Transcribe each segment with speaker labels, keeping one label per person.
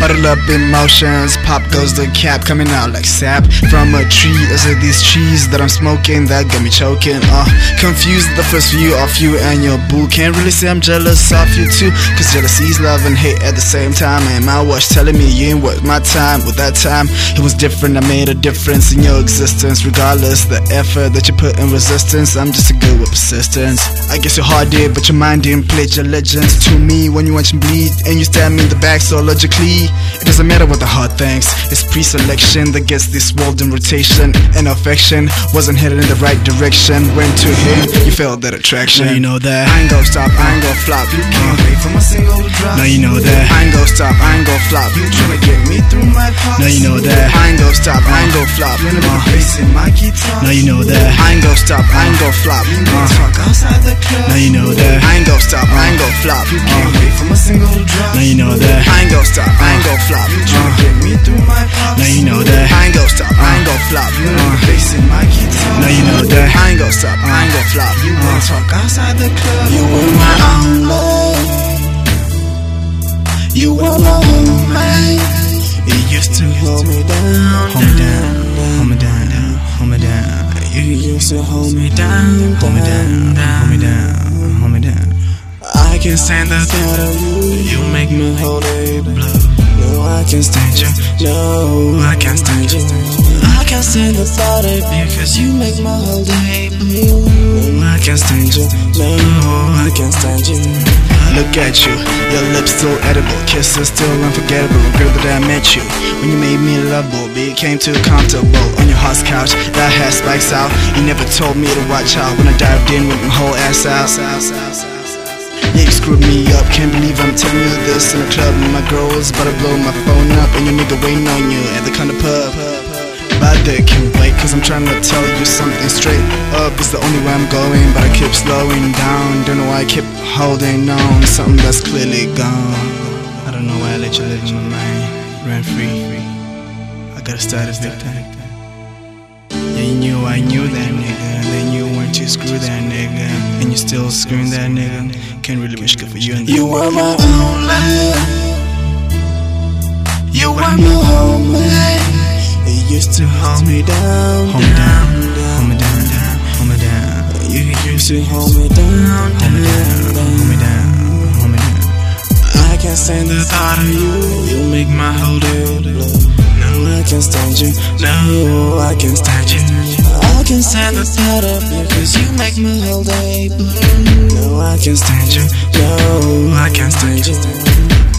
Speaker 1: Bottle up emotions, pop goes the cap, coming out like sap from a tree. Those are these trees that I'm smoking that got me choking. Uh, confused at the first view of you and your boo. Can't really say I'm jealous of you too, cause jealousy's love and hate at the same time. And my watch telling me you ain't worth my time. With that time, it was different. I made a difference in your existence, regardless the effort that you put in resistance. I'm just a good with persistence. I guess your heart did, but your mind didn't pledge allegiance to me when you watch me bleed and you stab me in the back. So logically, it doesn't matter what the heart thinks. It's pre-selection that gets this world in rotation. And affection wasn't headed in the right direction. Went to him, you felt that attraction.
Speaker 2: Now you know that.
Speaker 1: I ain't gonna stop, I ain't gonna flop. You can't wait for my single to drop.
Speaker 2: Now you know that.
Speaker 1: I ain't gonna stop, I ain't gonna flop. You tryna get me through my pops.
Speaker 2: Now you know that.
Speaker 1: I ain't gonna stop, I ain't gonna flop. You ain't
Speaker 2: Uh.
Speaker 1: facing my guitar.
Speaker 2: Now you know that.
Speaker 1: I ain't gonna stop, I ain't gonna flop. You
Speaker 2: Uh.
Speaker 1: talk outside the club.
Speaker 2: Now you know that.
Speaker 1: I ain't gonna stop, I ain't gonna flop. You can't wait for my single drop.
Speaker 2: Now you know that.
Speaker 1: I ain't gonna stop, I ain't gonna flop. Uh. You tryna get me through my pops.
Speaker 2: Now you know that.
Speaker 1: I ain't gonna stop, I ain't gonna flop. You know the bass in my guitar.
Speaker 2: Now you know that.
Speaker 1: I ain't gonna stop, I ain't gonna flop. You wanna talk outside the club? Uh. You were my only. You were my only. You used to hold me down,
Speaker 2: Hold me down, hold me down, hold me down,
Speaker 1: You used to hold me down,
Speaker 2: hold me down, hold me down, hold me down.
Speaker 1: I can stand the thought of you. You make my whole day blue. No, I can stand you. No, I can't stand you. I can stand the thought of you, cause you make my whole day blue. No, I can stand you. No, I can't stand you. Look at you, your lips still edible, kisses still unforgettable. Girl that I met you when you made me lovable, became too comfortable on your house couch. That hair spikes out. You never told me to watch out when I dived in with my whole ass out. Yeah, you screwed me up. Can't believe I'm telling you this in a club. And my girl's about to blow my phone up. And your nigga waiting on you at the kind of pub. But that can wait, cause I'm trying to tell you something straight up. It's the only way I'm going, but I keep slowing down. Don't know why I keep holding on. to Something that's clearly gone. I don't know why I let you live in my mind. Ran free. I gotta start this new thing. Yeah, you knew I knew that nigga. And then you went to screw that nigga. And you still screwing that nigga. Can't really wish good for you. And
Speaker 3: You were my only. You were my homie.
Speaker 1: You used to hold me down.
Speaker 2: Hold me down, hold me down, hold me down,
Speaker 1: You used to hold me down.
Speaker 2: hold me down, hold me down, hold me down.
Speaker 1: I can't stand the thought of you. You make my whole day blue. No, I can't stand you. No, I can't stand you. I can't stand the thought of you, cause you make my whole day blue. No, I can't stand you. No, I can't stand you.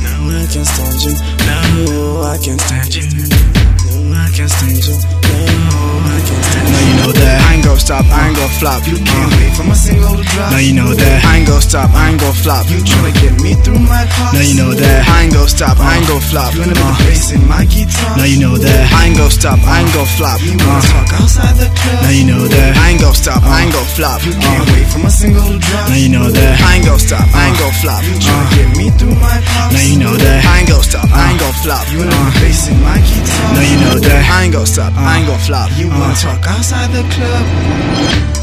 Speaker 1: No, I can't stand you. No, I can't stand you. No, I can't stand you. No, I can't stand you.
Speaker 2: Now you know that.
Speaker 1: I ain't gonna stop, I ain't gonna flop. Uh. You can't wait for my single drop.
Speaker 2: Now you know that.
Speaker 1: I ain't gonna stop, I ain't gonna flop. You tryna get me through my pops.
Speaker 2: Now you know that.
Speaker 1: I ain't gonna stop, I ain't gonna flop. You wanna
Speaker 2: Uh.
Speaker 1: be facing my guitar.
Speaker 2: Now you know that.
Speaker 1: I ain't gonna stop, I ain't gonna flop. You wanna
Speaker 2: Uh.
Speaker 1: talk outside the club.
Speaker 2: Now you know that.
Speaker 1: I ain't gonna stop, I ain't gonna flop. Uh. You can't wait for my single drop.
Speaker 2: Now you know that.
Speaker 1: I ain't gonna stop, I ain't gonna flop. Uh. You tryna get me through my pops.
Speaker 2: Now you know that.
Speaker 1: I ain't gonna stop, I ain't gonna flop. Uh. You wanna be facing my guitar.
Speaker 2: Now you know that.
Speaker 1: I ain't gonna stop, I ain't gonna flop. You Uh. wanna
Speaker 2: Uh.
Speaker 1: talk outside the club.